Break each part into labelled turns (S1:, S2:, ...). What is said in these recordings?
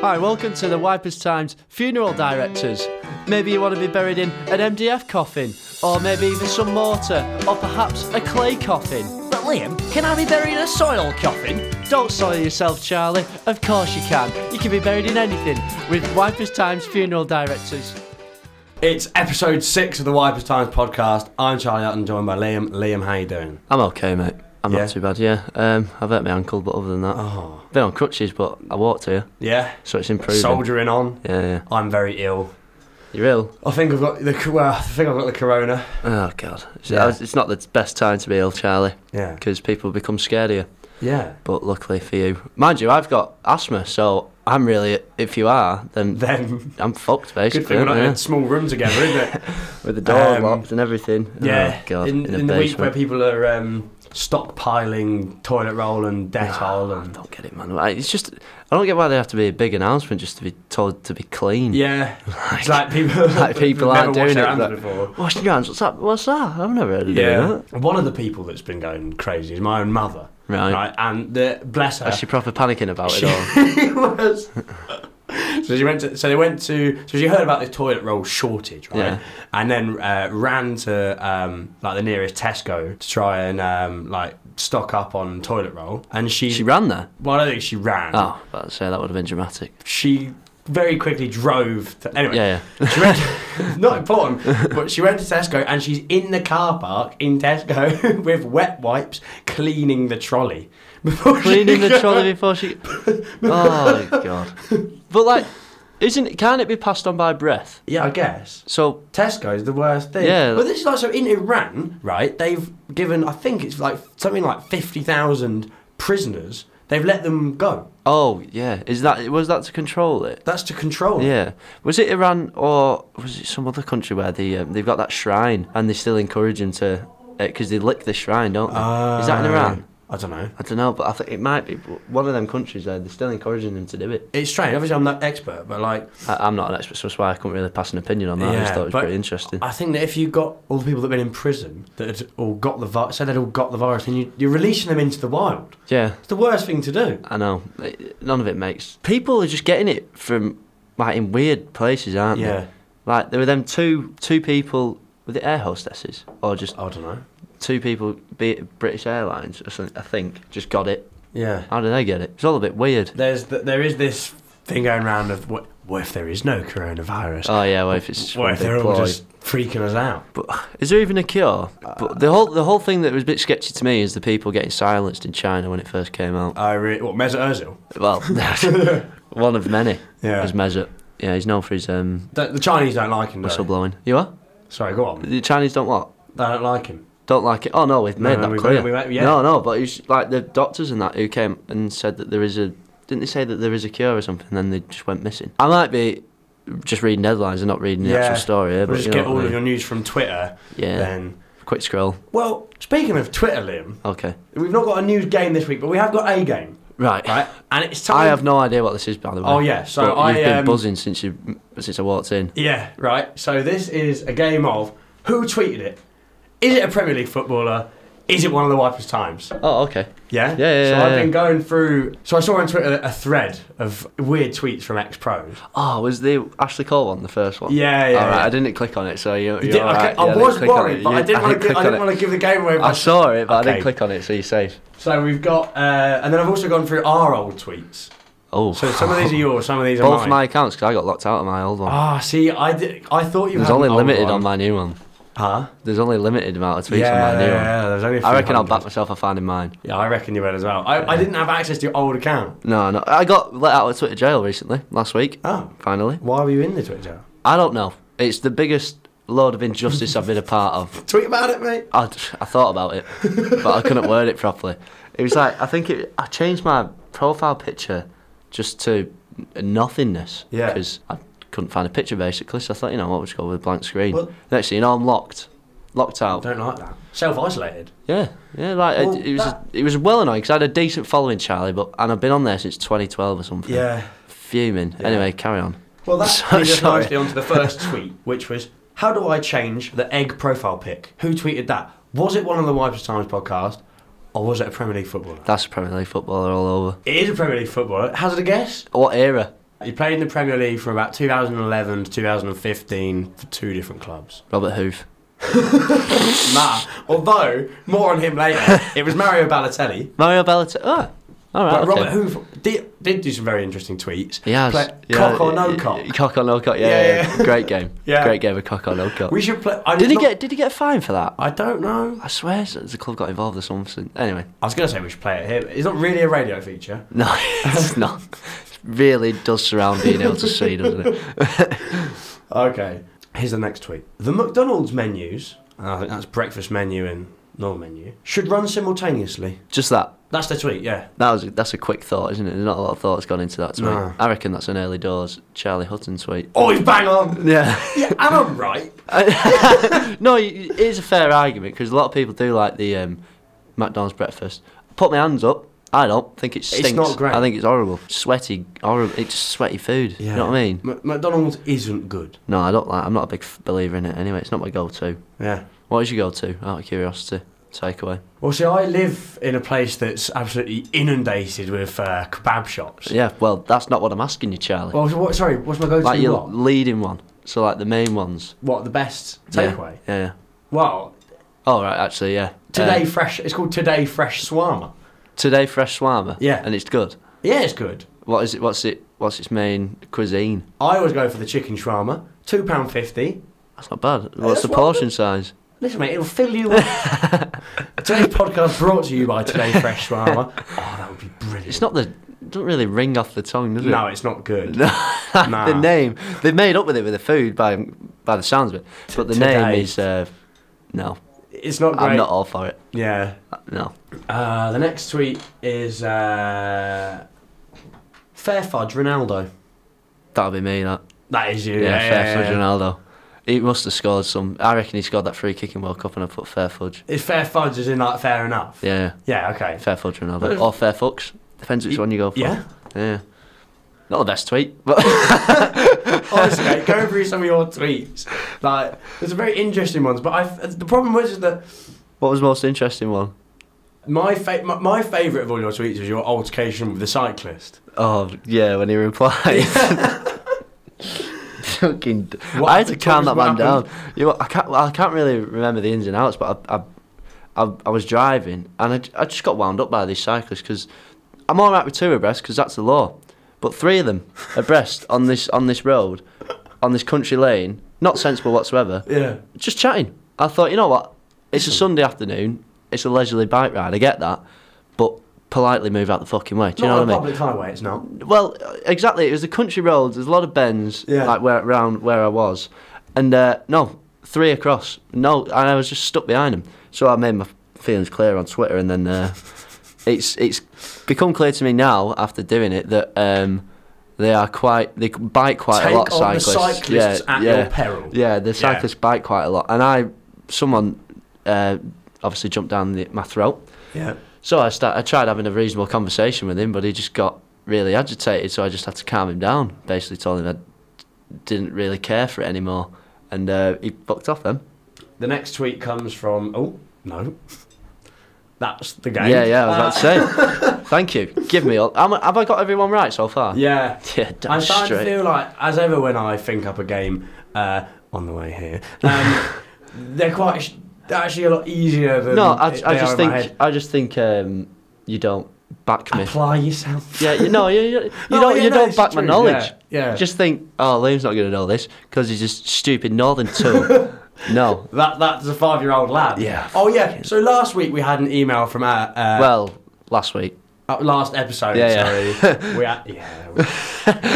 S1: Hi, welcome to the Wipers Times Funeral Directors. Maybe you want to be buried in an MDF coffin, or maybe even some mortar, or perhaps a clay coffin.
S2: But Liam, can I be buried in a soil coffin?
S1: Don't soil yourself, Charlie. Of course you can. You can be buried in anything with Wipers Times Funeral Directors.
S3: It's episode six of the Wipers Times podcast. I'm Charlie Hutton, joined by Liam. Liam, how you doing?
S1: I'm okay, mate. I'm
S3: Yeah?
S1: not too bad, yeah. Um, I've hurt my ankle, but other than that,
S3: Oh,
S1: been on crutches, but I walked here,
S3: yeah.
S1: so it's improving.
S3: Soldiering on.
S1: Yeah, yeah.
S3: I'm very ill.
S1: You're ill?
S3: I think I've got the co- well, I think I've got the corona.
S1: Oh, God. It's,
S3: Yeah.
S1: it's not the best time to be ill, Charlie,
S3: Yeah.
S1: because people become scared of you.
S3: Yeah.
S1: But luckily for you, mind you, I've got asthma, so I'm really. If you are, then
S3: Then
S1: I'm fucked
S3: good
S1: basically.
S3: thing we're not
S1: yeah.
S3: in a small room together, isn't it?
S1: With the door
S3: um,
S1: locked and everything.
S3: yeah.
S1: Oh, God,
S3: in
S1: in,
S3: in,
S1: a
S3: the week where
S1: basement.
S3: people are um, stockpiling toilet roll and Dettol
S1: I
S3: and
S1: don't get it, man. Like, It's just I don't get why they have to be a big announcement just to be told to be clean.
S3: yeah, it's like people
S1: like people
S3: never
S1: aren't
S3: washed
S1: doing
S3: their
S1: it,
S3: hands
S1: but-
S3: before.
S1: Washing your hands. What's that? What's that? I've never heard of doing that.
S3: One of the people that's been going crazy is my own mother.
S1: Right.
S3: Right. And the bless her.
S1: Is she proper panicking about it all?
S3: She was. So she went to. So they went to. So she heard about this toilet roll shortage, right?
S1: Yeah.
S3: And then uh, ran to um, like the nearest Tesco to try and um, like stock up on toilet roll. And she.
S1: She ran there.
S3: well, I don't think she ran.
S1: Oh, I was about to say that would have been dramatic.
S3: She very quickly drove. To, anyway,
S1: Yeah, yeah.
S3: she went. not important, but she went to Tesco and she's in the car park in Tesco with wet wipes cleaning the trolley. Before she
S1: Cleaning the
S3: goes.
S1: trolley before she. Oh God. But like, isn't can't it be passed on by breath?
S3: Yeah, I guess.
S1: So
S3: Tesco is the worst thing.
S1: Yeah.
S3: But this is like so in Iran, right? They've given I think it's like something like fifty thousand prisoners. They've let them go.
S1: Oh yeah, is that was that to control it?
S3: That's to control.
S1: Yeah, was it Iran or was it some other country where the um, they've got that shrine and they still encourage them to because they lick the shrine, don't they? is that
S3: Uh,
S1: in Iran?
S3: I don't know.
S1: I don't know, but I think it might be one of them countries there. They're still encouraging them to do it.
S3: It's strange. Obviously, I'm not expert, but like,
S1: I, I'm not an expert, so that's why I couldn't really pass an opinion on that. I just
S3: Yeah,
S1: thought it was
S3: but-
S1: pretty interesting.
S3: I think that if you got all the people that've been in prison that had all got the virus, said they'd all got the virus, and you, you're releasing them into the wild,
S1: yeah,
S3: it's the worst thing to do.
S1: I know. It- none of it makes people are just getting it from like in weird places, aren't they?
S3: Yeah.
S1: Like there were them two two people with the air hostesses or just
S3: I don't know.
S1: two people, be it British Airlines or something, I think, just got it.
S3: Yeah.
S1: How did they get it? It's all a bit weird.
S3: There's th there is this thing going around of what, what if there is no coronavirus?
S1: Oh yeah, well, if it's just
S3: what
S1: one
S3: if
S1: big
S3: they're all
S1: ploy.
S3: just freaking us out?
S1: But is there even a cure? But the whole the whole thing that was a bit sketchy to me is the people getting silenced in China when it first came out.
S3: I re- what Mesut Ozil?
S1: Well, one of many
S3: Yeah.
S1: was Mesut. Yeah, he's known for his um,
S3: The, the Chinese don't like him. do they?
S1: whistleblowing. You are?
S3: Sorry, go on. They
S1: The Chinese don't what?
S3: don't like him.
S1: Don't like it. Oh no, we've
S3: No,
S1: made
S3: no,
S1: that
S3: we've-
S1: clear.
S3: we- we- yeah.
S1: No, no, but it's like the doctors and that who came and said that there is a. Didn't they say that there is a cure or something? Then they just went missing. I might be just reading headlines and not reading the
S3: Yeah.
S1: actual story. Here,
S3: We'll
S1: but
S3: just
S1: you know
S3: get
S1: what I
S3: all of
S1: mean.
S3: your news from Twitter.
S1: Yeah.
S3: Then.
S1: Quick scroll.
S3: Well, speaking of Twitter, Liam,
S1: Okay.
S3: we've not got a news game this week, but we have got a game,
S1: Right.
S3: right? And it's time.
S1: I have no idea what this is, by the way.
S3: Oh, yeah, so
S1: But
S3: I,
S1: you've been
S3: um,
S1: buzzing since you since I walked in.
S3: Yeah, right. So this is a game of who tweeted it. Is it a Premier League footballer? Is it one of the Wipers Times?
S1: Oh, okay.
S3: Yeah.
S1: Yeah,
S3: So
S1: yeah, yeah,
S3: I've
S1: yeah.
S3: been going through. So I saw on Twitter a thread of weird tweets from ex pros.
S1: Oh, was the Ashley Cole one the first one?
S3: Yeah, yeah,
S1: All right.
S3: yeah.
S1: I didn't click on it, so you. You're
S3: Did-
S1: all right.
S3: I, I
S1: Yeah,
S3: was
S1: click on
S3: worried,
S1: it.
S3: but
S1: You-
S3: I didn't want to.
S1: click
S3: I
S1: on
S3: didn't
S1: it.
S3: want to give the game away.
S1: I
S3: by-
S1: saw it, but I
S3: Okay.
S1: didn't click on it, so you're safe.
S3: So we've got, uh, and then I've also gone through our old tweets.
S1: Oh,
S3: So some of these are yours, some of these are
S1: both
S3: mine.
S1: my accounts because I got locked out of my old one.
S3: Ah, see, I did. I thought you.
S1: There's
S3: had
S1: only
S3: an old
S1: limited
S3: one.
S1: on my new one.
S3: Huh?
S1: There's only limited amount of tweets
S3: yeah,
S1: on my new one.
S3: yeah, there's only. a
S1: I
S3: few
S1: reckon I'll back
S3: hundred.
S1: myself for finding mine.
S3: Yeah, I reckon you will as well. I, I didn't have access to your old account.
S1: No, no. I got let out of Twitter jail recently, last week.
S3: Oh,
S1: Finally.
S3: why were you in the Twitter?
S1: I don't know. It's the biggest load of injustice I've been a part of.
S3: Tweet about it, mate.
S1: I, I thought about it, but I couldn't word it properly. It was like, I think it, I changed my profile picture just to n- nothingness.
S3: Yeah.
S1: Because I couldn't find a picture basically, so I thought, you know what, we'll just go with a blank screen.
S3: Well-
S1: Next thing you know, I'm locked. Locked out.
S3: Don't like that. Self isolated.
S1: Yeah, yeah, like
S3: Well,
S1: it, it was
S3: that-
S1: it was well annoying because I had a decent following, Charlie, but and I've been on there since 2012 or something.
S3: Yeah.
S1: fuming. Anyway, carry on.
S3: Well, that
S1: So-
S3: leads us
S1: sorry.
S3: nicely onto the first tweet, which was, "How do I change the egg profile pic?" Who tweeted that? Was it one of the Wipers Times podcast, or was it a Premier League footballer?
S1: That's a Premier League footballer all over.
S3: It is a Premier League footballer. Hazard a guess?
S1: What era?
S3: He played in the Premier League from about 2011 to 2015 for two different clubs.
S1: Robert Hoof.
S3: Nah, although, more on him later, it was Mario Balotelli.
S1: Mario Balotelli. Oh, all right.
S3: But
S1: okay.
S3: Robert Hoof did, did do some very interesting tweets.
S1: He has.
S3: Play-
S1: Yeah,
S3: cock or no
S1: y- y-
S3: cock?
S1: Cock or no cock. Yeah,
S3: Yeah,
S1: yeah,
S3: yeah.
S1: great game.
S3: Yeah.
S1: great game of cock or no cock.
S3: We should play. I
S1: did he
S3: not-
S1: get? Did he get fined for that?
S3: I don't know.
S1: I swear s- the club got involved or something. Anyway,
S3: I was going to say we should play it here. but It's not really a radio feature.
S1: no, it's not. Really does surround being able to see, doesn't it?
S3: Okay. Here's the next tweet. The McDonald's menus, and I think that's breakfast menu and normal menu, should run simultaneously.
S1: Just that.
S3: That's the tweet, yeah.
S1: That was that's a quick thought, isn't it? There's not a lot of thought's gone into that tweet.
S3: No.
S1: I reckon that's an early doors Charlie Hutton tweet.
S3: Oh, he's bang on.
S1: Yeah.
S3: Yeah, and I'm right.
S1: no, y- it is a fair argument because a lot of people do like the um, McDonald's breakfast. Put my hands up. I don't think it stinks.
S3: not great.
S1: I think it's horrible. Sweaty, horrible. It's just sweaty food. You know what I mean?
S3: M- McDonald's isn't good.
S1: No, I don't like. I'm not a big f- believer in it. Anyway, it's not my go-to.
S3: Yeah.
S1: What is your go-to? Out of curiosity, takeaway.
S3: Well, see, I live in a place that's absolutely inundated with uh, kebab shops.
S1: Yeah. Well, that's not what I'm asking you, Charlie.
S3: Well, so what, sorry, what's my go-to?
S1: like your
S3: what?
S1: leading one. So like the main ones.
S3: what, the best
S1: Yeah.
S3: takeaway?
S1: Yeah. yeah.
S3: Well,
S1: Oh right, actually, yeah.
S3: Today
S1: Uh,
S3: Fresh, it's called Today Fresh Swarma.
S1: today, fresh shawarma.
S3: Yeah.
S1: And it's good.
S3: Yeah, it's good.
S1: What is it? What's it? What's its main cuisine?
S3: I always go for the chicken shawarma, £2.50.
S1: That's not bad. What's the
S3: that's what-
S1: portion size?
S3: Listen, mate, it'll fill you up. Today's podcast brought to you by Today Fresh Shawarma. Oh, that would be brilliant.
S1: It's not the. It doesn't really ring off the tongue, does it?
S3: No, it's not good.
S1: No.
S3: Nah.
S1: the name they made up with it with the food by by the sounds of it, but the name
S3: today. uh,
S1: is uh, no.
S3: It's not great.
S1: I'm not all for it.
S3: Yeah.
S1: No.
S3: Uh, the next tweet is uh, Fair Fudge Ronaldo.
S1: That'll be me. That
S3: That is you.
S1: yeah,
S3: Yeah,
S1: fair
S3: yeah,
S1: fudge
S3: yeah.
S1: Ronaldo. He must have scored some. I reckon he scored that free kick in World Cup, and I put fair fudge.
S3: Is Fair Fudge is in like fair enough?
S1: Yeah,
S3: Yeah, okay.
S1: yeah, fair fudge Ronaldo
S3: But-
S1: or fair fucks. Depends which
S3: Y-
S1: one you go for.
S3: Yeah.
S1: yeah. Not the best tweet, but
S3: Honestly, mate, go through some of your tweets. Like, there's some very interesting ones, but I the problem was is that
S1: what was the most interesting one?
S3: my fa- my, my favourite of all your tweets was your altercation with the cyclist.
S1: Oh yeah, when he replied. Fucking. d-
S3: What
S1: I had to
S3: happened?
S1: calm that
S3: What
S1: man down.
S3: happened?
S1: You know, I can't. I can't really remember the ins and outs, but I, I, I, I was driving and I, j- I just got wound up by these cyclists because I'm all right with two abreast because that's the law, but three of them abreast on this on this road, on this country lane, not sensible whatsoever.
S3: Yeah.
S1: Just chatting. I thought, you know what? It's a Sunday afternoon. It's a leisurely bike ride. I get that, but politely move out the fucking way. Do you
S3: not
S1: know
S3: on
S1: what
S3: a
S1: I mean?
S3: public highway, it's not.
S1: Well, uh, exactly. It was the country roads. There's a lot of bends,
S3: Yeah.
S1: like where around where I was, and uh, no, three across. No, and I was just stuck behind him. So I made my feelings clear on Twitter, and then uh, it's it's become clear to me now after doing it that um, they are quite they bike quite
S3: Take
S1: a lot.
S3: on
S1: cyclists,
S3: the cyclists
S1: yeah,
S3: at
S1: yeah,
S3: your peril.
S1: yeah. The cyclists bike quite a lot, and I someone uh, obviously jumped down the, my throat.
S3: Yeah.
S1: So I start, I tried having a reasonable conversation with him, but he just got really agitated. So I just had to calm him down. Basically, told him I didn't really care for it anymore, and uh, he fucked off then.
S3: The next tweet comes from oh no. That's the game.
S1: Yeah, yeah. I was about to say, thank you. Give me all. am I- have I got everyone right so far?
S3: Uh, yeah.
S1: Yeah, damn
S3: I'm starting to
S1: straight.
S3: feel like, as ever, when I think up a game uh, on the way here, um, they're quite sh- they're actually a lot easier than
S1: no, I,
S3: they
S1: I
S3: are
S1: just
S3: in my
S1: think
S3: head.
S1: I just think um, you don't back me.
S3: apply yourself.
S1: yeah, you know, you, you, you
S3: No,
S1: don't
S3: Oh, yeah,
S1: you
S3: no,
S1: don't
S3: it's
S1: back my
S3: true,
S1: knowledge.
S3: yeah, yeah.
S1: Just think, oh, Liam's not going to know this because he's just stupid northern tool. no.
S3: That that's a five year old lad.
S1: Yeah.
S3: Oh yeah. So last week we had an email from our uh,
S1: Well, last week.
S3: uh, last episode.
S1: Yeah,
S3: sorry. we had, yeah.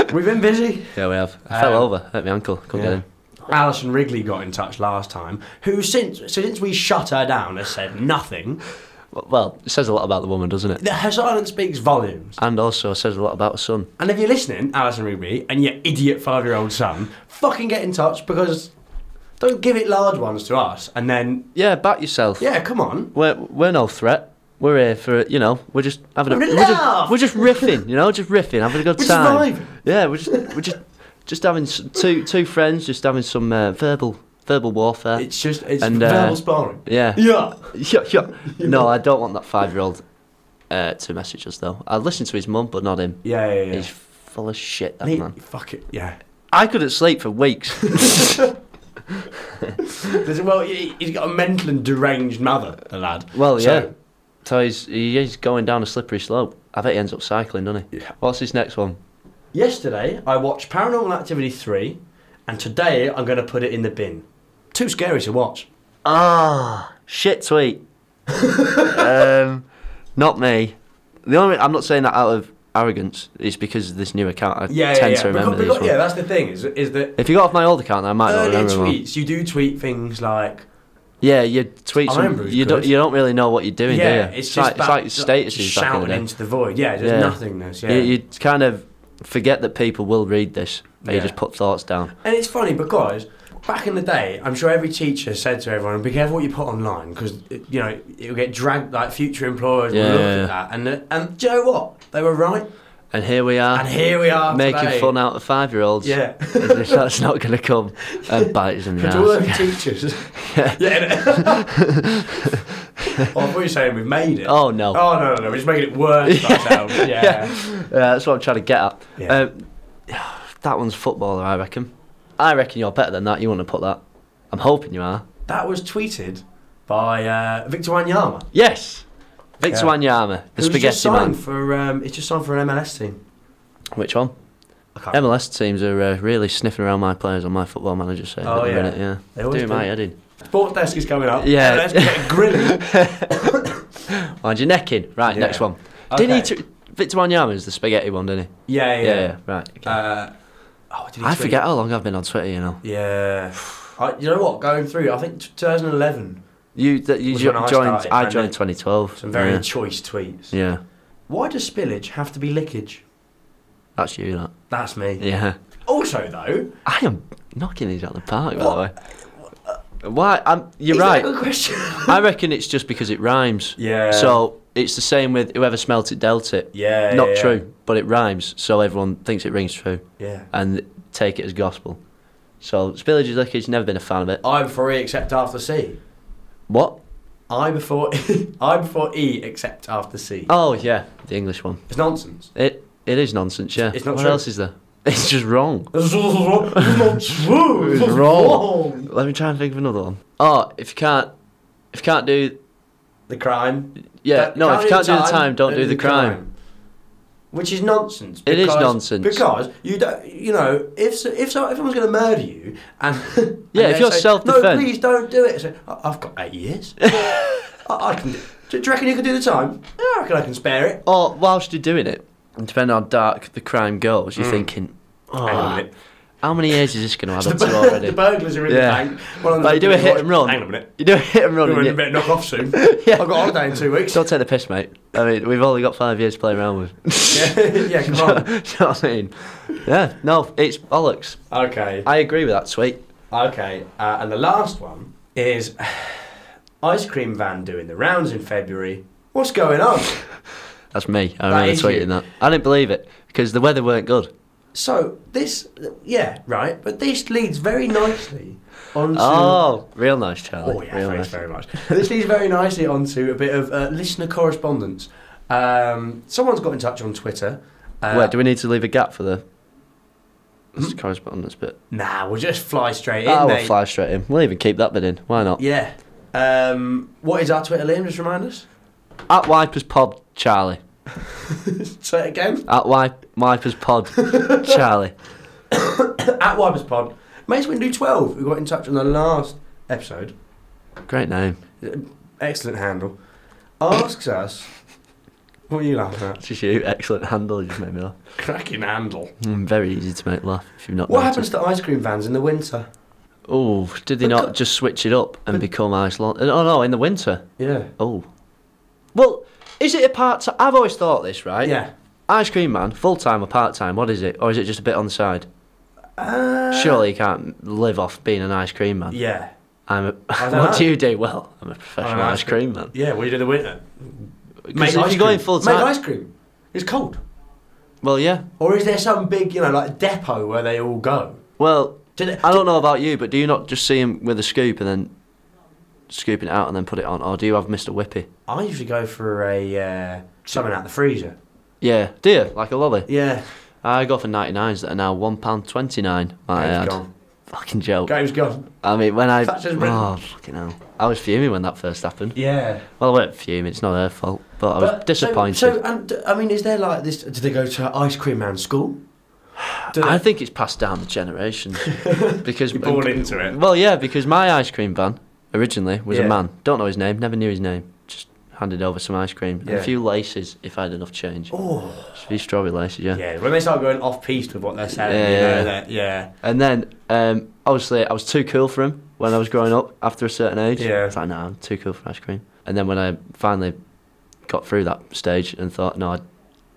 S3: we- We've been busy.
S1: Yeah, we have. I fell
S3: Um,
S1: over, hurt my ankle, couldn't get in.
S3: Alison Wrigley got in touch last time, who since so since we shut her down has said nothing.
S1: W- Well, it says a lot about the woman, doesn't it?
S3: The- Her silence speaks volumes.
S1: And also, it says a lot about her son.
S3: And if you're listening, Alison Wrigley, and your idiot five year old son, fucking get in touch because don't give it large ones to us. And then,
S1: Yeah, back yourself.
S3: yeah, come on.
S1: We're, we're no threat. We're here for, you know, we're just having a...
S3: We're in
S1: just,
S3: love.
S1: we're just riffing, you know, just riffing, having a good
S3: We're just
S1: time.
S3: vibing.
S1: yeah, we're just, we're just, just having s- two, two friends, just having some uh, verbal, verbal warfare.
S3: It's just, it's
S1: And, uh,
S3: verbal sparring.
S1: yeah.
S3: Yeah.
S1: Yeah, yeah. No, I don't want that five-year-old uh, to message us, though. I listen to his mum, but not him.
S3: Yeah, yeah, yeah.
S1: He's full of shit. That
S3: He-
S1: man.
S3: Fuck it, yeah.
S1: I couldn't sleep for weeks.
S3: There's, well, he- he's got a mental and deranged mother, the lad.
S1: well,
S3: So-
S1: yeah. So he's he- he's going down a slippery slope. I bet he ends up cycling, doesn't he?
S3: Yeah.
S1: What's his next one?
S3: Yesterday, I watched Paranormal Activity 3, and today I'm going to put it in the bin. Too scary to watch.
S1: Ah, shit tweet. um, not me. The only I'm not saying that out of arrogance. It's because of this new account. I
S3: Yeah, yeah,
S1: tend
S3: yeah.
S1: to remember
S3: Because-
S1: these
S3: because-
S1: ones.
S3: yeah, that's the thing, is, is that
S1: If you got off my old account, then I might not
S3: early
S1: remember. them all.
S3: tweets, you do tweet things like,
S1: Yeah, you tweet.
S3: I
S1: Some,
S3: remember it
S1: you
S3: was
S1: don't.
S3: good.
S1: You don't really know what you're doing,
S3: yeah,
S1: do you?
S3: it's
S1: like,
S3: just
S1: it's
S3: back-
S1: like statuses back in
S3: shouting
S1: the day.
S3: into the void. Yeah, there's
S1: Yeah.
S3: nothingness. Yeah.
S1: You, you kind of forget that people will read this. And You
S3: Yeah.
S1: just put thoughts down.
S3: And it's funny because back in the day, I'm sure every teacher said to everyone, "Be careful what you put online because you know it'll get dragged. Like future employers
S1: Yeah,
S3: will look
S1: yeah, yeah.
S3: at that." And and do you know what? They were right.
S1: And here we are,
S3: and here we are
S1: making
S3: today.
S1: fun out of five-year-olds.
S3: Yeah.
S1: As if that's not going to come and bite us in the
S3: To all
S1: ass.
S3: them teachers. yeah. yeah. oh, I thought you were saying we made it.
S1: Oh no.
S3: Oh, no, no, no. We're just making it worse for ourselves. Yeah.
S1: Yeah, that's what I'm trying to get at.
S3: Yeah.
S1: Um, that one's footballer, I reckon. I reckon you're better than that. You want to put that? I'm hoping you are.
S3: That was tweeted by uh, Victor Wanyama.
S1: Yes. Victor
S3: Yeah.
S1: Wanyama, the
S3: who's just
S1: spaghetti
S3: signed
S1: man.
S3: For, um, it's just signed for an MLS team.
S1: Which one?
S3: I can't
S1: MLS teams are uh, really sniffing around my players on my football manager side.
S3: Oh,
S1: at the
S3: yeah.
S1: minute, yeah.
S3: They always
S1: Doing
S3: do.
S1: my head in.
S3: Sports desk is coming up.
S1: Yeah.
S3: Let's get grilling.
S1: Mind your neck in. Right,
S3: Yeah.
S1: next one. Didn't he? T- Victor Wanyama is the spaghetti one, didn't
S3: yeah, yeah.
S1: he? Yeah, yeah, right. okay.
S3: Uh, oh, did he
S1: I
S3: tweet?
S1: forget how long I've been on Twitter, you know.
S3: Yeah. I, you know what? Going through, I think 2011,
S1: You, that you
S3: Was
S1: jo-
S3: when I
S1: joined. I,
S3: started, and
S1: joined
S3: then
S1: 2012.
S3: some very
S1: yeah.
S3: choice tweets.
S1: yeah,
S3: Why does spillage have to be lickage?
S1: that's you. That.
S3: That's me.
S1: Yeah.
S3: Also, though,
S1: I am knocking these out of the park, by the way. Why? I'm, you're
S3: is
S1: right.
S3: That a good question.
S1: I reckon it's just because it rhymes.
S3: yeah.
S1: So it's the same with whoever smelt it dealt it.
S3: Yeah.
S1: Not
S3: yeah,
S1: true, but it rhymes, so everyone thinks it rings true
S3: Yeah.
S1: and take it as gospel. So spillage is lickage. Never been a fan of it.
S3: I before E except after C.
S1: What?
S3: I before I before E except after C.
S1: Oh yeah, the English one.
S3: It's nonsense.
S1: It it is nonsense. Yeah.
S3: It's not
S1: what
S3: true.
S1: else is there? It's just wrong.
S3: It's not true.
S1: It's
S3: It's
S1: wrong. Let me try and think of another one. Oh, if you can't, if you can't do
S3: The crime.
S1: yeah
S3: That-
S1: no if you can't do the time don't do the crime.
S3: Which is nonsense.
S1: It is nonsense.
S3: because you don't. You know, if so, if, so, if someone's going to murder you, and and
S1: Yeah, if
S3: they
S1: you're
S3: say, no,
S1: self-defense."
S3: please don't do it. I say, "I- I've got eight years. I, I can. Do you reckon you can do the time? Yeah, I reckon I can spare it.
S1: Or whilst you're doing it, and depending on how dark the crime goes, you're thinking,
S3: Mm. Hang on a
S1: oh,
S3: minute.
S1: how many years is this going to add
S3: The,
S1: up to
S3: bur- the
S1: already?
S3: burglars are in
S1: Yeah.
S3: the bank. One of them
S1: Like, you do a
S3: thinking,
S1: hit and run.
S3: Hang on a minute.
S1: You do a hit and run.
S3: We
S1: And you,
S3: better knock off soon. I've got holiday in two weeks.
S1: don't take the piss, mate. I mean, we've only got five years to play around with.
S3: yeah, yeah, come on.
S1: Do you know what I mean? Yeah, no, it's bollocks.
S3: Okay.
S1: I agree with that tweet.
S3: Okay, uh, and the last one is ice cream van doing the rounds in February. What's going on?
S1: That's me. I
S3: That
S1: remember
S3: is
S1: tweeting
S3: you.
S1: that. I didn't believe it because the weather weren't good.
S3: so this, yeah, right, but this leads very nicely onto.
S1: Oh, real nice, Charlie.
S3: Oh, yeah,
S1: real
S3: thanks
S1: nice.
S3: very much. This leads very nicely onto a bit of uh, listener correspondence. Um, someone's got in touch on Twitter. Uh,
S1: Wait, do we need to leave a gap for the this correspondence bit?
S3: Nah, we'll just fly straight in.
S1: Oh, we'll
S3: mate.
S1: fly straight in. We'll even keep that bit in. Why not?
S3: Yeah. Um, what is our Twitter, Liam? Just remind us.
S1: At Wipers Pod, Charlie.
S3: Say it again.
S1: At Wip- Wipers Pod, Charlie.
S3: At Wipers Pod. Mates Window 12, who got in touch on the last episode,
S1: Great name.
S3: excellent handle, asks us. What are you laughing at?
S1: It's just you. Excellent handle. You just made me laugh.
S3: Cracking handle.
S1: Mm, very easy to make laugh if you've not.
S3: What happens to ice cream vans in the winter?
S1: Oh, did they
S3: Because-
S1: not just switch it up and
S3: But-
S1: become Iceland? Oh no, in the winter.
S3: Yeah.
S1: Oh. Well, is it a part? T- I've always thought this, right?
S3: Yeah.
S1: Ice cream man, full time or part time? What is it? Or is it just a bit on the side?
S3: Uh,
S1: Surely you can't live off being an ice cream man.
S3: Yeah.
S1: I'm. A,
S3: I
S1: what
S3: don't know.
S1: do you do? Well, I'm a professional
S3: ice
S1: ice cream man.
S3: Yeah, what do you do in the winter?
S1: 'Cause if you're going full
S3: Make
S1: time,
S3: ice cream. It's cold.
S1: well, yeah.
S3: Or is there some big, you know, like depot where they all go?
S1: Well,
S3: Did it,
S1: I don't know about you, but do you not just see him with a scoop and then scooping it out and then put it on, or do you have Mr. Whippy?
S3: I usually go for a uh, something out the freezer.
S1: Yeah, do you like a lolly?
S3: Yeah.
S1: I go for 99s that are now £1.29. might I
S3: Game's
S1: add.
S3: gone.
S1: Fucking joke.
S3: Game's gone.
S1: I mean, when I.
S3: Thatcher's written.
S1: Oh, fucking hell. I was fuming when that first happened.
S3: Yeah.
S1: Well, I weren't fuming, it's not her fault, but I was
S3: But-
S1: disappointed.
S3: So, so and, I mean, is there like this? Do they go to ice cream man school? Do they-
S1: I think it's passed down the generations because
S3: You're born into it.
S1: Well, yeah, because my ice cream van originally was
S3: Yeah.
S1: a man. Don't know his name. Never knew his name. Just handed over some ice cream and
S3: Yeah.
S1: a few laces if I had enough change.
S3: Oh,
S1: A few strawberry laces, yeah.
S3: yeah. When they start going off piste with what they're saying,
S1: Yeah,
S3: you know
S1: yeah.
S3: that, yeah.
S1: And then um, obviously I was too cool for him when I was growing up. After a certain age,
S3: Yeah.
S1: It's like no, I'm too cool for ice cream. And then when I finally got through that stage and thought, no, I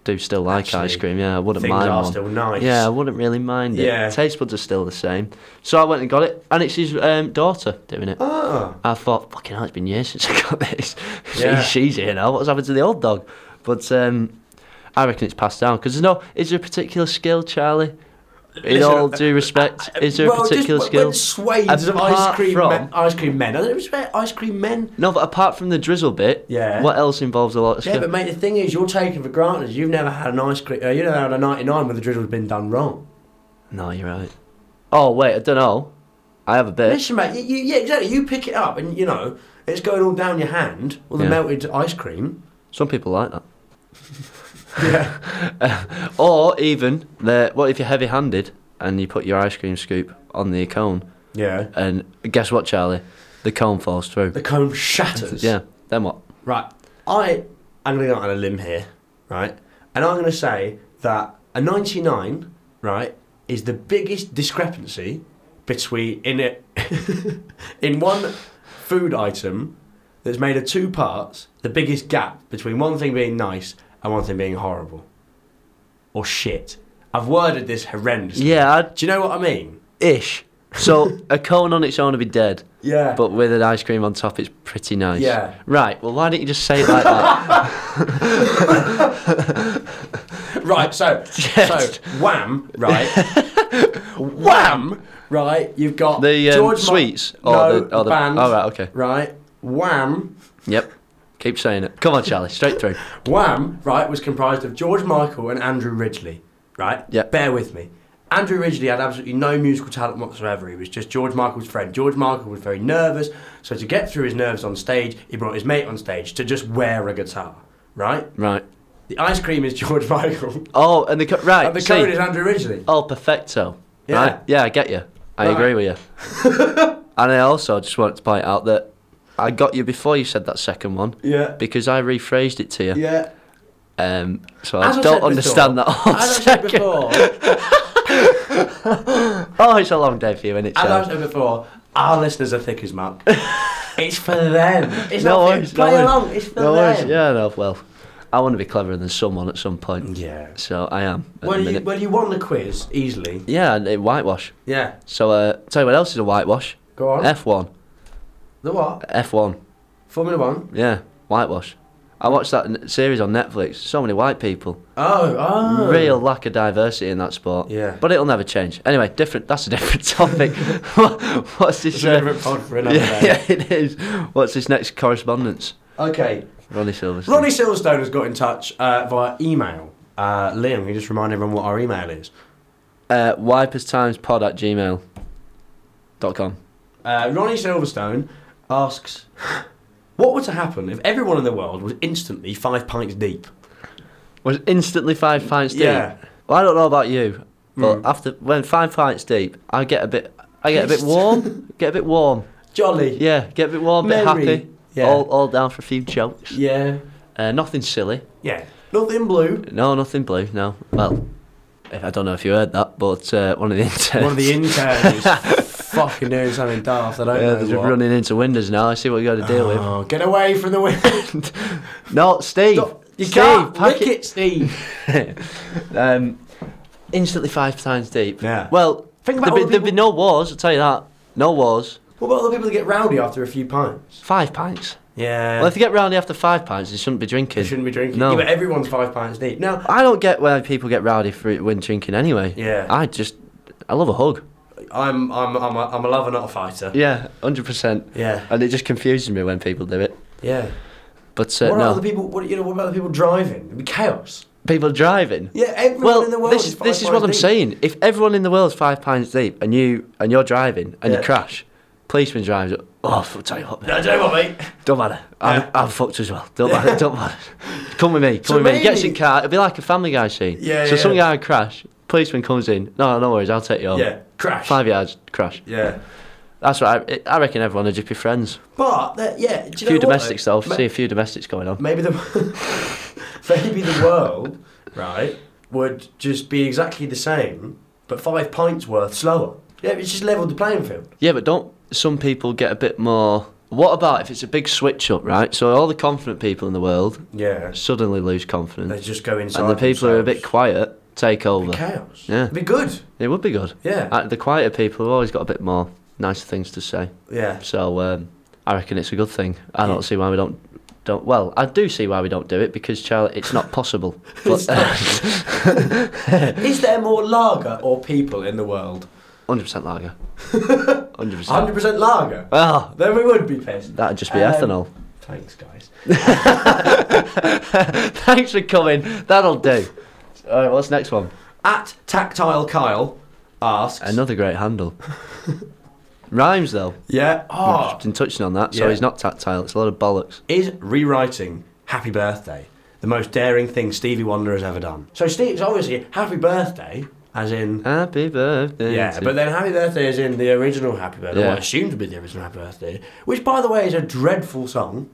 S1: do still like ice
S3: Actually,
S1: cream. Yeah, I wouldn't
S3: Things
S1: mind
S3: are
S1: one.
S3: still nice.
S1: Yeah, I wouldn't really mind it.
S3: Yeah.
S1: Taste buds are still the same. So I went and got it, and it's his um, daughter doing it.
S3: Ah.
S1: I thought, fucking hell, it's been years since I got this. she,
S3: Yeah.
S1: She's here now. What's happened to the old dog? But um, I reckon it's passed down because there's no. Is there a particular skill, Charlie? In
S3: Listen,
S1: all due respect, is there
S3: Well,
S1: a
S3: just
S1: particular
S3: when-
S1: skill?
S3: When swathes of ice
S1: Apart
S3: cream,
S1: from-
S3: men, ice cream men. I don't respect ice cream men.
S1: No, but apart from the drizzle bit,
S3: Yeah.
S1: what else involves a lot of
S3: Yeah,
S1: skill?
S3: but mate, the thing is, you're taking for granted. You've never had an ice cream. Uh, you never had a 99 where the drizzle's been done wrong.
S1: no, you're right. Oh wait, I don't know. I have a bit.
S3: Listen, mate. You, you, yeah, exactly. You pick it up, and you know it's going all down your hand with the
S1: Yeah.
S3: melted ice cream.
S1: Some people like that.
S3: Yeah.
S1: Or even the what if you're heavy-handed and you put your ice cream scoop on the cone,
S3: yeah.
S1: and guess what, Charlie? The cone falls through.
S3: The cone shatters.
S1: Yeah. Then what?
S3: Right. I I'm gonna go out on a limb here, right? And I'm gonna say that a 99, right, is the biggest discrepancy between in it in one food item that's made of two parts. The biggest gap between one thing being nice and one thing being horrible or shit. I've worded this horrendously.
S1: Yeah, I'd-
S3: Do you know what I mean?
S1: ish. So a cone on its own would be dead,
S3: Yeah.
S1: but with an ice cream on top, it's pretty nice.
S3: Yeah.
S1: Right. Well, why don't you just say it like that?
S3: Right, so,
S1: Yes.
S3: so wham, right? wham, right? You've got
S1: The um,
S3: George Ma-
S1: sweets
S3: no,
S1: the or the
S3: band,
S1: All right. Okay.
S3: right? Wham,
S1: Yep. Keep saying it. Come on, Charlie. Straight through.
S3: wham, right? Was comprised of George Michael and Andrew Ridgely, right?
S1: Yeah.
S3: Bear with me. Andrew Ridgely had absolutely no musical talent whatsoever. He was just George Michael's friend. George Michael was very nervous, so to get through his nerves on stage, he brought his mate on stage to just wear a guitar, right?
S1: Right.
S3: The ice cream is George Michael,
S1: Oh, and the co- right.
S3: and the
S1: see,
S3: code is Andrew Ridgely.
S1: Oh, perfecto.
S3: Yeah.
S1: Right? Yeah, I get you. I
S3: Right.
S1: agree with you. and I also just wanted to point out that I got you before you said that second one
S3: Yeah.
S1: because I rephrased it to you.
S3: Yeah.
S1: Um, so
S3: As
S1: I
S3: I
S1: don't
S3: said
S1: understand
S3: before-
S1: that whole
S3: As I said
S1: Oh, second.
S3: before,
S1: Oh, it's a long day for you, isn't it?
S3: as I
S1: Charles?
S3: said before, our listeners are thick as muck. it's for them. It's not for you.
S1: No worries, no
S3: Play
S1: worries.
S3: along. It's for
S1: No worries.
S3: them.
S1: Yeah, no, well, I want to be cleverer than someone at some point.
S3: Yeah.
S1: So I am. At
S3: Well,
S1: the
S3: you,
S1: minute.
S3: well, you won the quiz easily.
S1: Yeah, and it whitewash.
S3: Yeah. Uh,
S1: So uh, tell you what else is a whitewash.
S3: Go on.
S1: F1.
S3: The what?
S1: F1.
S3: Formula One.
S1: Yeah, whitewash. I watched that n- series on Netflix. So many white people.
S3: Oh, oh.
S1: real lack of diversity in that sport.
S3: Yeah.
S1: But it'll never change. Anyway, different. That's a different topic. What- What's this?
S3: It's
S1: uh,
S3: a different pod for another
S1: yeah,
S3: day.
S1: yeah, it is. What's this next correspondence?
S3: Okay.
S1: Ronnie Silverstone.
S3: Ronnie Silverstone has got in touch uh, via email. Uh, Liam, can you just remind everyone what our email is?
S1: Uh, wiperstimes.pod at gmail. Dot com.
S3: Uh, Ronnie Silverstone asks, "What would to happen if everyone in the world was instantly five pints deep?"
S1: Was instantly five pints deep.
S3: Yeah.
S1: Well, I don't know about you, but
S3: Mm.
S1: after when five pints deep, I get a bit. I get a bit
S3: Pissed.
S1: warm. get a bit warm.
S3: Jolly.
S1: Yeah, get a bit warm, a bit
S3: Merry.
S1: happy. Oh.
S3: Yeah.
S1: All, all down for a few jokes.
S3: Yeah.
S1: Uh, nothing silly.
S3: Yeah. Nothing blue.
S1: No, nothing blue. No. Well, eh, I don't know if you heard that, but uh, one of the interns.
S3: One of the interns is fucking doing something daft. I don't
S1: yeah,
S3: know.
S1: they're just
S3: what.
S1: running into windows now. I see what you got to deal
S3: Oh, get away from the window.
S1: with. No, Steve.
S3: you
S1: Steve,
S3: can't
S1: pack
S3: lick it, Steve.
S1: it. Um, instantly five times deep.
S3: Yeah.
S1: Well,
S3: Think about
S1: there'd, be,
S3: all the
S1: there'd be no wars. I'll tell you that. No wars.
S3: What about the people that get rowdy after a few pints?
S1: Five pints.
S3: Yeah.
S1: Well, if you get rowdy after five pints, you shouldn't be drinking.
S3: they shouldn't be drinking.
S1: No.
S3: Yeah, but everyone's five pints deep. Now,
S1: I don't get why people get rowdy for when drinking anyway.
S3: Yeah.
S1: I just, I love a hug.
S3: I'm I'm I'm a, I'm a lover, not a fighter.
S1: Yeah, hundred percent.
S3: Yeah.
S1: And it just confuses me when people do it.
S3: Yeah.
S1: But uh,
S3: what
S1: no.
S3: about the people? What you know? What about the people driving? It'd be chaos.
S1: people driving.
S3: Yeah, everyone
S1: Well,
S3: in the world.
S1: this is
S3: five
S1: this is what
S3: pints
S1: I'm
S3: deep.
S1: saying. If everyone in the world's five pints deep, and you and you're driving and
S3: Yeah.
S1: you crash, policeman drives. up, Oh, f- tell you what, mate,
S3: No, do you know what, mate?
S1: don't matter. I'm,
S3: Yeah.
S1: I'm fucked as well. Don't matter. Don't matter. Come with me. Come
S3: So
S1: with me. He Gets in
S3: maybe-
S1: car. It'll be like a Family Guy scene.
S3: Yeah,
S1: So some
S3: yeah.
S1: guy would crash. Policeman comes in. No, no, no worries. I'll take you home.
S3: Yeah, crash.
S1: Five yards crash.
S3: Yeah,
S1: That's what I, I reckon. Everyone would just be friends.
S3: but that, yeah, do
S1: A
S3: you
S1: few
S3: know what,
S1: domestics though.
S3: Ma-
S1: See a few domestics going on.
S3: Maybe the maybe the world, right, would just be exactly the same, but five pints worth slower. Yeah, it's just leveled the playing field.
S1: Yeah, but don't some people get a bit more? What about if it's a big switch up, right? So all the confident people in the world
S3: Yeah,
S1: suddenly lose confidence,
S3: they just go inside.
S1: and the people who are a bit
S3: themselves.
S1: quiet take over.
S3: chaos.
S1: Yeah.
S3: It'd be good.
S1: It would be good.
S3: Yeah,
S1: Uh, the quieter people have always got a bit more nicer things to say,
S3: yeah.
S1: so um, I reckon it's a good thing. I
S3: Yeah.
S1: don't see why we don't. Don't, well, I do see why we don't do it because Charlie, it's not possible.
S3: It's
S1: But, uh,
S3: Is there more lager or people in the world?
S1: 100% lager. 100%.
S3: 100% lager.
S1: Well,
S3: Then we would be pissed.
S1: that'd just be
S3: Um,
S1: ethanol.
S3: Thanks, guys.
S1: Thanks for coming. That'll do. All right, what's next one?
S3: At Tactile Kyle asks.
S1: Another great handle. Rhymes though.
S3: Yeah.
S1: We've
S3: Oh,
S1: just been touching on that, so
S3: Yeah.
S1: he's not tactile. It's a lot of bollocks.
S3: is rewriting Happy Birthday the most daring thing Stevie Wonder has ever done? So Steve's obviously Happy Birthday, as in.
S1: Happy birthday.
S3: Yeah,
S1: to-
S3: but then Happy Birthday is in the original Happy Birthday,
S1: Yeah.
S3: what I assumed would be the original Happy Birthday, which, by the way, is a dreadful song.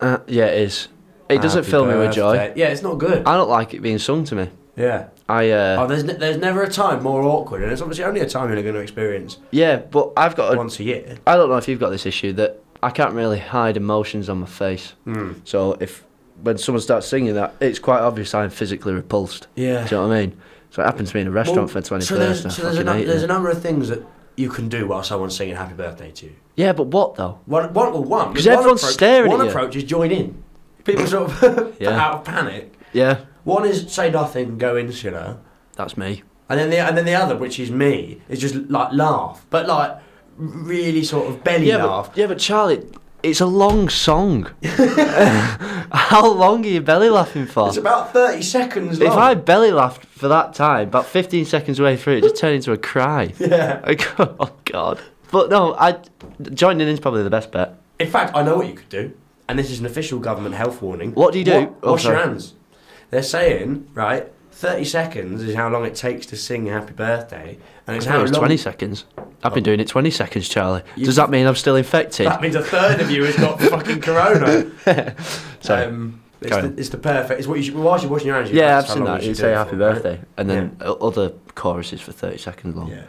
S1: Uh, yeah, it is. It doesn't
S3: Happy
S1: fill me with joy.
S3: Birthday. Yeah, it's not good.
S1: I don't like it being sung to me.
S3: yeah.
S1: I uh,
S3: Oh, there's, ne- there's never a time more awkward, and it's obviously only a time you're going to experience
S1: yeah, but I've got. A,
S3: once a year.
S1: I don't know if you've got this issue that I can't really hide emotions on my face.
S3: Mm.
S1: So if when someone starts singing that, it's quite obvious I'm physically repulsed.
S3: Yeah.
S1: Do you know what I mean? So it happened to me in a
S3: Well,
S1: restaurant for twenty
S3: so
S1: first.
S3: there's, so there's, a, num- there's a number of things that you can do while someone's singing Happy Birthday to you.
S1: Yeah, but what though?
S3: One, one, well, one.
S1: 'Cause
S3: one
S1: everyone's
S3: approach-
S1: staring at
S3: One
S1: you.
S3: approach is join in. People sort of
S1: Yeah.
S3: out of panic.
S1: Yeah,
S3: One is say nothing, go insular,
S1: that's me.
S3: and then the and then the other, which is me, is just like laugh, but like really sort of belly
S1: Yeah,
S3: laugh.
S1: but, yeah, but Charlie, it's a long song. How long are you belly laughing for?
S3: It's about thirty seconds long.
S1: If I belly laughed for that time, about 15 seconds away through, it just turned into a cry.
S3: yeah.
S1: Like, oh, God. But no, I joining in is probably the best bet.
S3: In fact, I know what you could do, and this is an official government health warning.
S1: What do you do?
S3: Wa-
S1: Oh,
S3: wash your
S1: sorry.
S3: hands. They're saying right, thirty seconds is how long it takes to sing Happy Birthday, and it's
S1: I thought
S3: how
S1: it was
S3: long. Oh.
S1: 20 seconds. I've been doing it 20 seconds, Charlie.
S3: You-
S1: Does that mean I'm still infected?
S3: That means a third of you has got fucking corona.
S1: Sorry.
S3: Um, it's,
S1: Carry
S3: the,
S1: on.
S3: it's the perfect. It's what you should. Whilst you're washing your hands, you
S1: yeah, I've
S3: practice how
S1: seen
S3: long
S1: that.
S3: should
S1: You
S3: do
S1: say
S3: it
S1: happy
S3: for,
S1: birthday, and then o- other choruses for 30 seconds
S3: right?
S1: long.
S3: Yeah.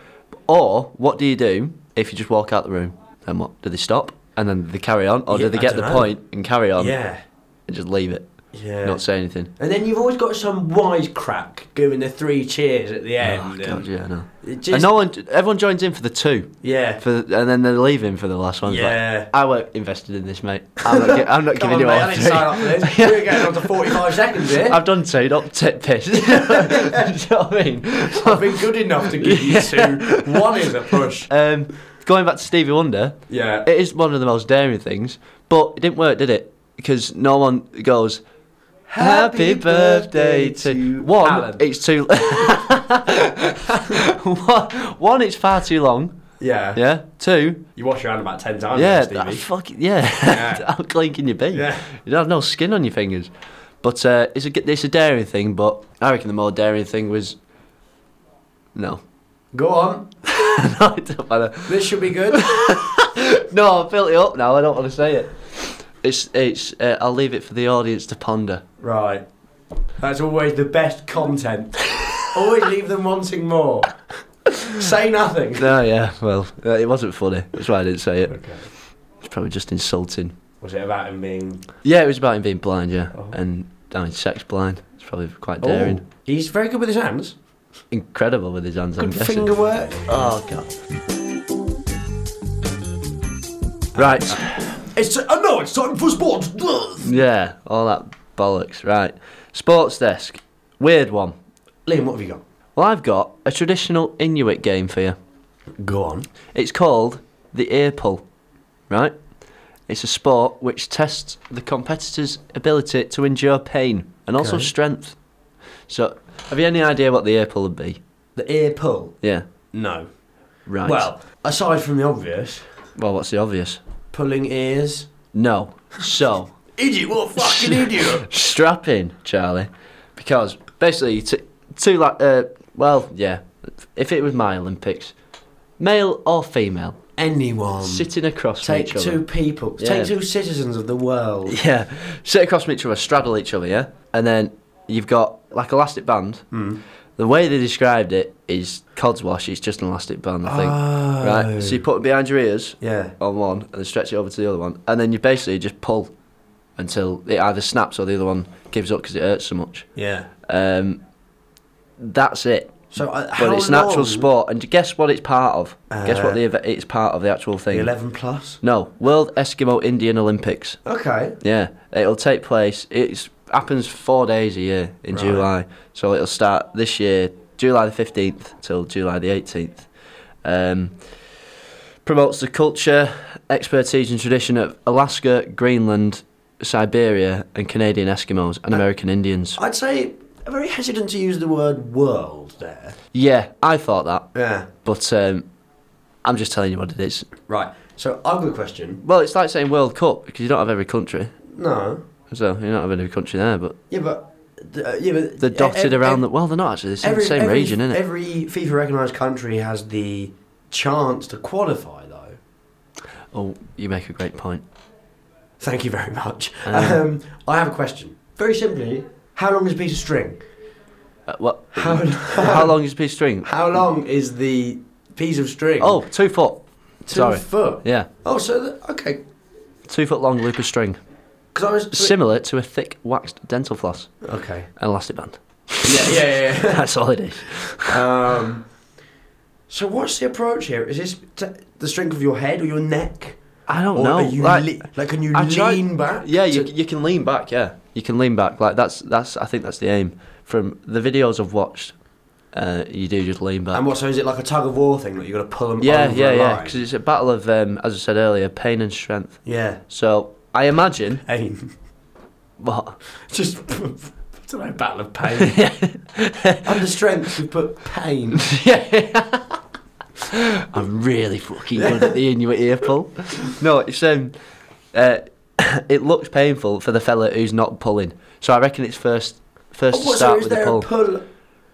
S1: Or what do you do if you just walk out the room? Then what? Do they stop and then they carry on, or
S3: Yeah,
S1: do they
S3: I
S1: get the
S3: dunno.
S1: point and carry on
S3: yeah.
S1: and just leave it,
S3: Yeah.
S1: Um, not say anything?
S3: and then you've always got some wisecrack doing the three cheers at the end.
S1: oh
S3: and
S1: god, yeah, no.
S3: It
S1: and
S3: just,
S1: no one, everyone joins in for the two,
S3: yeah.
S1: for the, and then they're leaving for the last one. It's like,
S3: Yeah.
S1: I weren't invested in this, mate. I'm not, gi- I'm not
S3: Come
S1: giving
S3: on,
S1: you
S3: mate,
S1: all
S3: I didn't sign
S1: three.
S3: up for this. We're getting on to 45 seconds here.
S1: I've done two, don't tip piss. Do you know what I mean?
S3: I've been good enough to give you two. One is a push.
S1: Um, going back to Stevie Wonder,
S3: Yeah.
S1: it is one of the most daring things, but it didn't work, did it? Because no one goes, Happy birthday to one.
S3: Alan.
S1: It's too one, one. It's far too long.
S3: yeah.
S1: Yeah. Two.
S3: You wash your hand about 10 times.
S1: yeah.
S3: Stevie.
S1: that- fucking yeah.
S3: Yeah.
S1: How clean can you be?
S3: Yeah.
S1: You don't have no skin on your fingers. But uh, it's a g- it's a daring thing. But I reckon the more daring thing was no.
S3: Go on.
S1: no, it don't matter.
S3: This should be good.
S1: No, I built it up now. I don't want to say it. It's it's. Uh, I'll leave it for the audience to ponder.
S3: Right. That's always the best content. always leave them wanting more. Say nothing.
S1: No, yeah. Well, uh, it wasn't funny. That's why I didn't say it.
S3: Okay.
S1: It's probably just insulting.
S3: Was it about him being
S1: Yeah, it was about him being blind, yeah.
S3: Oh.
S1: And I mean, sex blind. It's probably quite daring.
S3: Oh, he's very good with his hands.
S1: Incredible with his hands, I'm
S3: Good
S1: guessing.
S3: finger work.
S1: Oh, God. Right.
S3: It's oh no, it's time for sports. Liam,
S1: Yeah, all that bollocks. Right. Sports desk. Weird one.
S3: what have you got?
S1: Well, I've got a traditional Inuit game for you.
S3: Go on.
S1: It's called the ear pull, right? It's a sport which tests the competitor's ability to endure pain and also
S3: Okay.
S1: strength. So, have you any idea what the ear pull would be?
S3: The ear pull?
S1: Yeah.
S3: No.
S1: Right.
S3: Well, aside from the obvious,
S1: well, what's the obvious?
S3: pulling ears.
S1: No. So,
S3: Idiot, what a fucking idiot!
S1: strap in, Charlie, because basically, you t- two like, uh, well, yeah. If it was my Olympics, male or female,
S3: Anyone.
S1: sitting across from
S3: Take
S1: each other.
S3: two people.
S1: Yeah.
S3: Take two citizens of the world.
S1: Yeah, sit across from each other, straddle each other, yeah, and then you've got like elastic band.
S3: Mm.
S1: The way they described it is cod's wash. It's just an elastic band, I think. Right. So you put it behind your ears
S3: Oh, Yeah.
S1: on one, and then stretch it over to the other one, and then you basically just pull until it either snaps or the other one gives up because it hurts so much.
S3: Yeah.
S1: Um, that's it.
S3: So uh,
S1: But it's an actual sport, and guess what it's part of? guess
S3: Uh,
S1: what the event, it's part of the actual
S3: The
S1: thing.
S3: 11 plus.
S1: no, World Eskimo Indian Olympics.
S3: Okay.
S1: Yeah, it'll take place. It happens four days a year in
S3: Right.
S1: July, so it'll start this year, July the fifteenth till July the eighteenth. Um, promotes the culture, expertise, and tradition of Alaska, Greenland, Siberia, and Canadian Eskimos and
S3: Uh,
S1: American Indians.
S3: I'd say I'm very hesitant to use the word world there.
S1: Yeah, I thought that,
S3: Yeah.
S1: but um, I'm just telling you what it is.
S3: Right. So I've got a question.
S1: Well, it's like saying World Cup because you don't have every country,
S3: No.
S1: so you don't have every country there, but
S3: Yeah, but. the- uh, yeah, but
S1: they're dotted
S3: e- e-
S1: around. the, well, they're not actually. They're in the same region, isn't it?
S3: Every FIFA recognised country has the chance to qualify, though.
S1: Oh, you make a great point.
S3: Thank you very much.
S1: Um,
S3: Um, I have a question. Very simply, how long is a piece of string?
S1: Uh, what?
S3: How,
S1: How long is a piece of string?
S3: How long is the piece of string?
S1: Oh, two foot.
S3: two
S1: sorry.
S3: foot.
S1: Yeah,
S3: Oh, so the, okay.
S1: two foot long loop of string,
S3: Because I was
S1: similar to a thick waxed dental floss
S3: Okay.
S1: and elastic band.
S3: Yeah, yeah, yeah.
S1: That's all it is.
S3: yeah. um, so what's the approach here? Is this t- the strength of your head or your neck?
S1: I don't
S3: or
S1: know.
S3: Are you
S1: like-
S3: le- like, can you
S1: I tried-
S3: lean back?
S1: yeah, you,
S3: to-
S1: you can lean back. Yeah, you can lean back. Like that's that's. I think that's the aim. From the videos I've watched, uh, you do just lean back.
S3: and what? So is it like a tug of war thing that you got to pull them?
S1: yeah,
S3: over
S1: yeah,
S3: a
S1: yeah.
S3: line?
S1: Because it's a battle of, um, as I said earlier, pain and strength.
S3: Yeah.
S1: So I imagine
S3: Pain.
S1: what
S3: Just. I don't know, battle of pain. Under strength, we put pain.
S1: I'm really fucking good at the Inuit ear pull. No, it's um, uh, it looks painful for the fella who's not pulling. So I reckon it's first first
S3: Oh,
S1: to
S3: what,
S1: start
S3: so is
S1: with the
S3: there
S1: pull.
S3: a pull?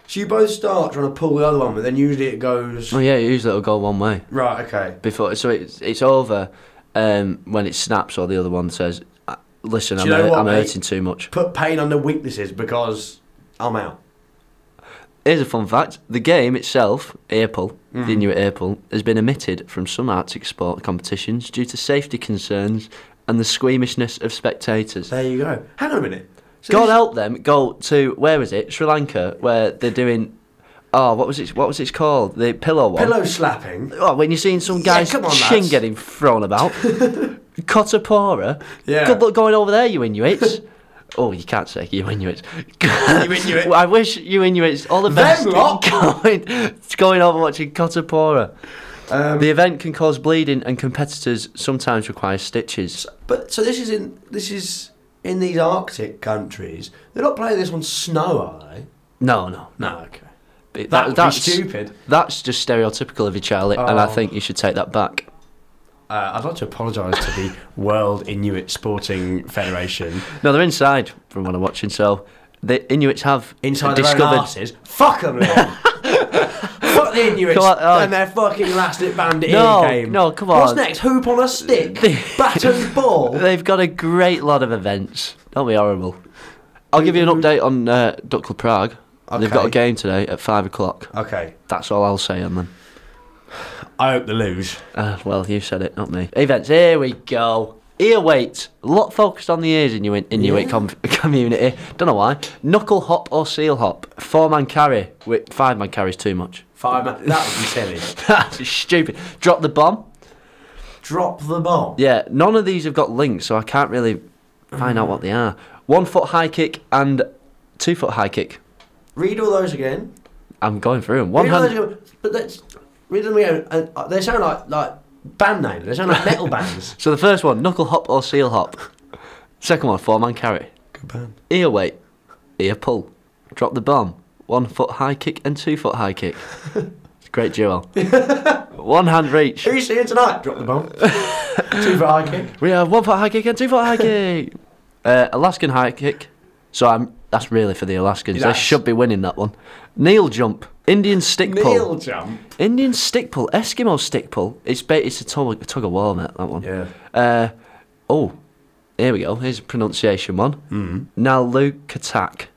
S3: So you both start trying to pull the other one, but then usually it goes.
S1: oh yeah, usually it'll go one way
S3: Right, okay.
S1: before. So it's it's over um, when it snaps or the other one says, "Uh, "Listen,
S3: Do
S1: I'm,
S3: you know
S1: hurt-
S3: what,
S1: I'm
S3: mate?
S1: hurting too much."
S3: Put pain under weaknesses because I'm out.
S1: Here's a fun fact: the game itself, ear pull,
S3: Mm.
S1: the Inuit ear pull, has been omitted from some Arctic sport competitions due to safety concerns and the squeamishness of spectators.
S3: There you go. Hang on a minute. So
S1: God
S3: this-
S1: help them go to where was it? Sri Lanka, where they're doing oh what was it what was it called? The pillow one.
S3: Pillow slapping.
S1: Oh, when you're seeing some
S3: Yeah,
S1: guy's
S3: come on,
S1: chin
S3: lads.
S1: getting thrown about. Kotapora.
S3: Yeah.
S1: Good luck going over there, you Inuits. oh, you can't say you Inuits.
S3: You Inuit.
S1: well, I wish you Inuits all the
S3: Them
S1: best
S3: lot.
S1: going, going over watching Kotapora.
S3: Um,
S1: The event can cause bleeding and competitors sometimes require stitches.
S3: But so this is in this is in these Arctic countries. They're not playing this on snow, are they?
S1: No, no.
S3: No, okay.
S1: It-
S3: That, would
S1: that's
S3: be stupid.
S1: That's just stereotypical of you, Charlie, and I
S3: Oh.
S1: think you should take that back.
S3: Uh, I'd like to apologise to the World Inuit Sporting Federation.
S1: No, they're inside from what I'm watching, so the Inuits have
S3: Inside their own
S1: discovered.
S3: asses. Fuck them, Liam. Fuck the Inuits
S1: Come on, oh.
S3: and their fucking elastic bandit
S1: No,
S3: ear game.
S1: no, come
S3: What's
S1: on.
S3: next? Hoop on a stick?
S1: They-
S3: Battered ball?
S1: They've got a great lot of events. Don't be horrible. I'll give you an update on uh, Duckle Prague. They've got
S3: Okay.
S1: a game today at five o'clock.
S3: Okay.
S1: That's all I'll say on them.
S3: I hope they lose.
S1: Uh, well, you said it, not me. Events. Here we go. Ear weight. A lot focused on the ears in Inuit, Inuit
S3: Yeah.
S1: com- community. Don't know why. Knuckle hop or seal hop. Four man carry. With five man carries too much.
S3: Five man. That would be silly.
S1: That's stupid. Drop the bomb.
S3: Drop the bomb.
S1: Yeah, none of these have got links, so I can't really find out what they are. One foot high kick and two foot high kick.
S3: Read all those again.
S1: I'm going through them. One
S3: read
S1: hand.
S3: all those again. But let's read them again. And, uh, they sound like like band names. They sound like metal bands.
S1: So the first one, knuckle hop or seal hop. Second one, four man carry.
S3: Good band.
S1: Ear weight, ear pull. drop the bomb, one foot high kick and two foot high kick. It's a great duel. one hand reach.
S3: Who you seeing tonight? Drop the bomb. Two for high kick.
S1: We have one foot high kick and two foot high kick. Uh, Alaskan high kick. So I'm. That's really for the Alaskans.
S3: Yes.
S1: They should be winning that one. Neil jump. Indian stick
S3: Neil
S1: pull.
S3: jump.
S1: Indian stick pull. Eskimo stick pull. It's ba- it's a tug, a tug of war, mate. That one.
S3: Yeah.
S1: Uh, oh, here we go. Here's a pronunciation one. Mm. Naluk attack.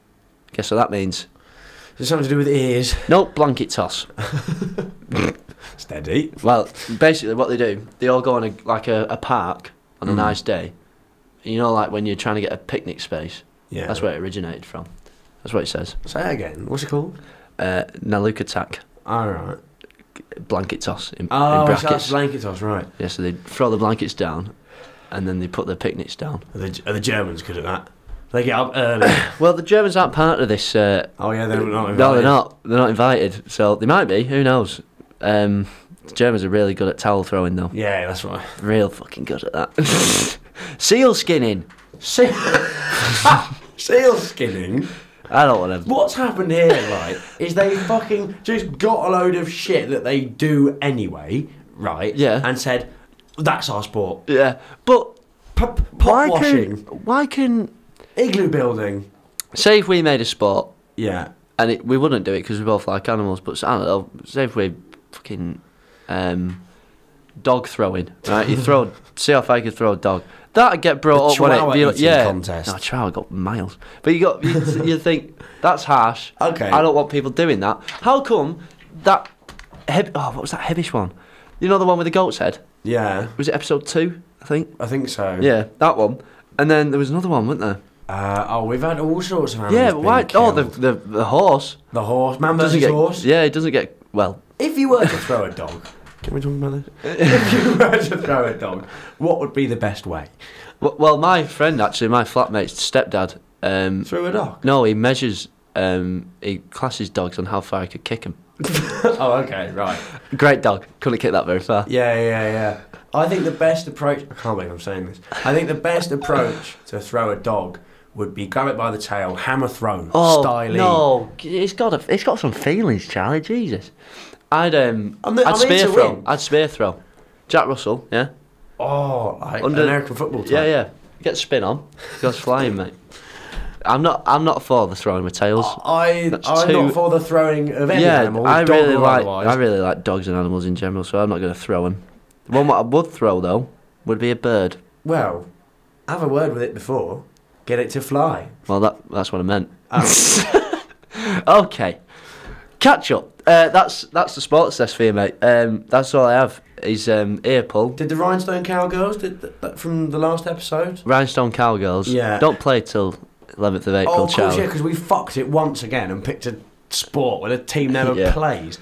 S1: Guess what that means?
S3: Is it something to do with ears?
S1: Nope, blanket toss.
S3: Steady.
S1: Well, basically, what they do, they all go on a, like a, a park on a nice day. You know, like when you're trying to get a picnic space.
S3: Yeah.
S1: That's where it originated from. That's what it says.
S3: Say that again. What's it called?
S1: Uh, Naluk attack,
S3: All right.
S1: blanket toss in, in
S3: Oh, so
S1: brackets.
S3: that's blanket toss, right?
S1: yeah, so they throw the blankets down, and then they put their picnics down.
S3: Are the, are the Germans good at that? They get up early.
S1: Well, the Germans aren't part of this. Uh,
S3: oh yeah, they're not. Invited.
S1: no, they're not. They're not invited. So they might be. Who knows? Um, the Germans are really good at towel throwing, though.
S3: Yeah, that's right.
S1: Real fucking good at that. Seal skinning.
S3: Seal, seal skinning.
S1: I don't want to.
S3: What's happened here, right, is they fucking just got a load of shit that they do anyway, right?
S1: Yeah.
S3: And said, that's our sport.
S1: Yeah, but
S3: P- pot
S1: why
S3: washing,
S1: can why can
S3: igloo building.
S1: say if we made a sport
S3: Yeah.
S1: and it, we wouldn't do it because we both like animals, but I don't know, say if we fucking um, dog throwing, right? You throw, see how far you could throw a dog. That'd get
S3: The
S1: brought up when
S3: Chihuahua
S1: it, you know,
S3: eating
S1: yeah.
S3: contest.
S1: No, Chihuahua got miles, but you got you, you think that's harsh.
S3: Okay.
S1: I don't want people doing that. How come that? Heb- oh, what was that hebbish one? You know the one with the goat's head?
S3: Yeah.
S1: Was it episode two? I think.
S3: I think so.
S1: Yeah, that one. And then there was another one, wasn't there?
S3: Uh, oh, we've had all sorts of animals.
S1: Yeah, but
S3: being
S1: why? Oh, the,
S3: killed.
S1: the the horse
S3: the horse. Man versus
S1: get.
S3: horse.
S1: Yeah, it doesn't get. Well,
S3: If you were to throw a dog, can we talk about this? if you were to throw a dog, what would be the best way?
S1: w- well, my friend actually, my flatmate's stepdad. Um,
S3: Throw a dog.
S1: no, he measures. Um, he classes dogs on how far he could kick him.
S3: oh, okay, right.
S1: Great dog, couldn't kick that very far.
S3: Yeah, yeah, yeah. I think the best approach. I can't believe I'm saying this. I think the best approach to throw a dog would be grab it by the tail, hammer throw,
S1: Oh
S3: styling.
S1: no, it's got a, it's got some feelings, Charlie. Jesus, I'd um,
S3: I'm the-
S1: I'd
S3: I'm
S1: spear
S3: into
S1: throw.
S3: win.
S1: I'd spear throw. Jack Russell, yeah,
S3: Oh, like
S1: Under-
S3: American football. Type.
S1: yeah, yeah. Get spin on, goes flying, mate. I'm not, I'm not for the throwing with tails.
S3: I,
S1: That's
S3: I'm
S1: too-
S3: not for the throwing of any
S1: yeah,
S3: animal,
S1: I
S3: dog
S1: really
S3: or
S1: like
S3: otherwise.
S1: I really like dogs and animals in general, so I'm not going to throw them. One what I would throw though would be a bird.
S3: Well, have a word with it before. Get it to fly.
S1: Well, that that's what I meant.
S3: Oh.
S1: okay, catch up. Uh, that's that's the sports desk for you, mate. Um, that's all I have is um, ear pull.
S3: Did the Rhinestone Cowgirls did th- that from the last episode?
S1: Rhinestone cowgirls.
S3: Yeah.
S1: Don't play till 11th of April,
S3: Oh, of course,
S1: Charlie.
S3: yeah, because we fucked it once again and picked a sport where the team never
S1: Yeah.
S3: plays.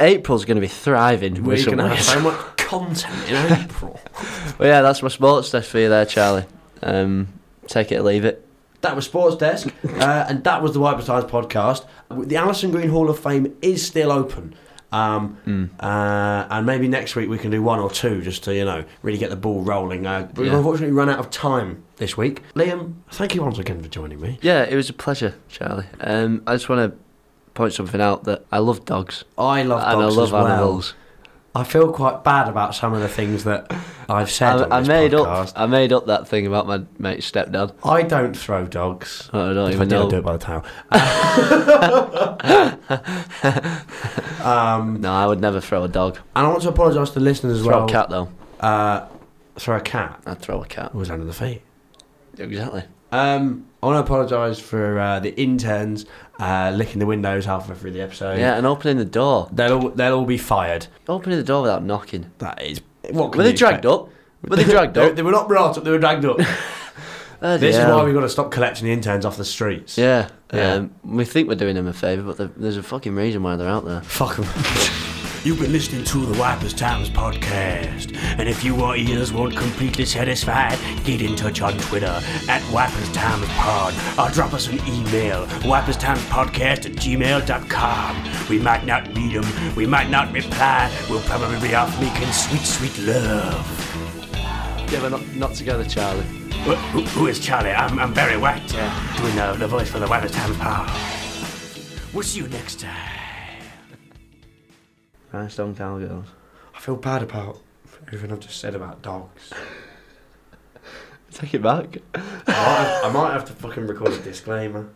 S1: April's going to be thriving.
S3: We're
S1: with some
S3: going to have
S1: ways.
S3: so much content in April.
S1: But yeah, that's my sports desk for you there, Charlie. Um, take it or leave it.
S3: That was Sports Desk, uh, and that was the Wipers Times podcast. The Alison Green Hall of Fame is still open. Um,
S1: Mm.
S3: uh, and maybe next week we can do one or two just to, you know, really get the ball rolling. Uh, we've
S1: Yeah.
S3: unfortunately run out of time this week. Liam, thank you once again for joining me.
S1: Yeah, it was a pleasure, Charlie. Um, I just want to point something out that I love dogs
S3: I love
S1: and I
S3: dogs
S1: love
S3: as well.
S1: animals.
S3: I feel quite bad about some of the things that I've said. on
S1: I, I
S3: this
S1: made
S3: podcast.
S1: up. I made up that thing about my mate's stepdad.
S3: I don't throw dogs.
S1: I don't
S3: If
S1: even
S3: I do, I do
S1: know.
S3: it by the tail.
S1: No, I would never throw a dog.
S3: And I want to apologise to the listeners as
S1: Throw
S3: well.
S1: a cat though.
S3: Uh, throw a cat.
S1: I'd throw a cat.
S3: It was under the feet.
S1: Exactly.
S3: Um, I want to apologise for uh, the interns uh, licking the windows halfway through the episode.
S1: Yeah, and opening the door.
S3: They'll all, they'll all be fired.
S1: Opening the door without knocking.
S3: That is. What
S1: Were they dragged up? Were they dragged
S3: They,
S1: up?
S3: they were not brought up, they were dragged up.
S1: Bloody
S3: this is
S1: hell.
S3: why we've got to stop collecting the interns off the streets.
S1: Yeah.
S3: Yeah.
S1: Um, we think we're doing them a favour, but there- there's a fucking reason why they're out there.
S3: Fuck them.
S4: You've been listening to the Wipers Times podcast. And if your ears weren't completely satisfied, get in touch on Twitter at Wipers Times Pod or drop us an email, wiperstimespodcast at gmail.com. We might not read them, we might not reply. We'll probably be off making sweet, sweet love.
S1: Yeah, we're not, not together, Charlie.
S4: Wh- Who, who is Charlie? I'm, I'm Barry White, uh, doing the, the voice for the Wappers Times Pod. We'll see you next time.
S1: Rhinestone Cowgirls.
S3: I feel bad about everything I've just said about dogs.
S1: Take it back.
S3: I, might have, I might have to fucking record a disclaimer.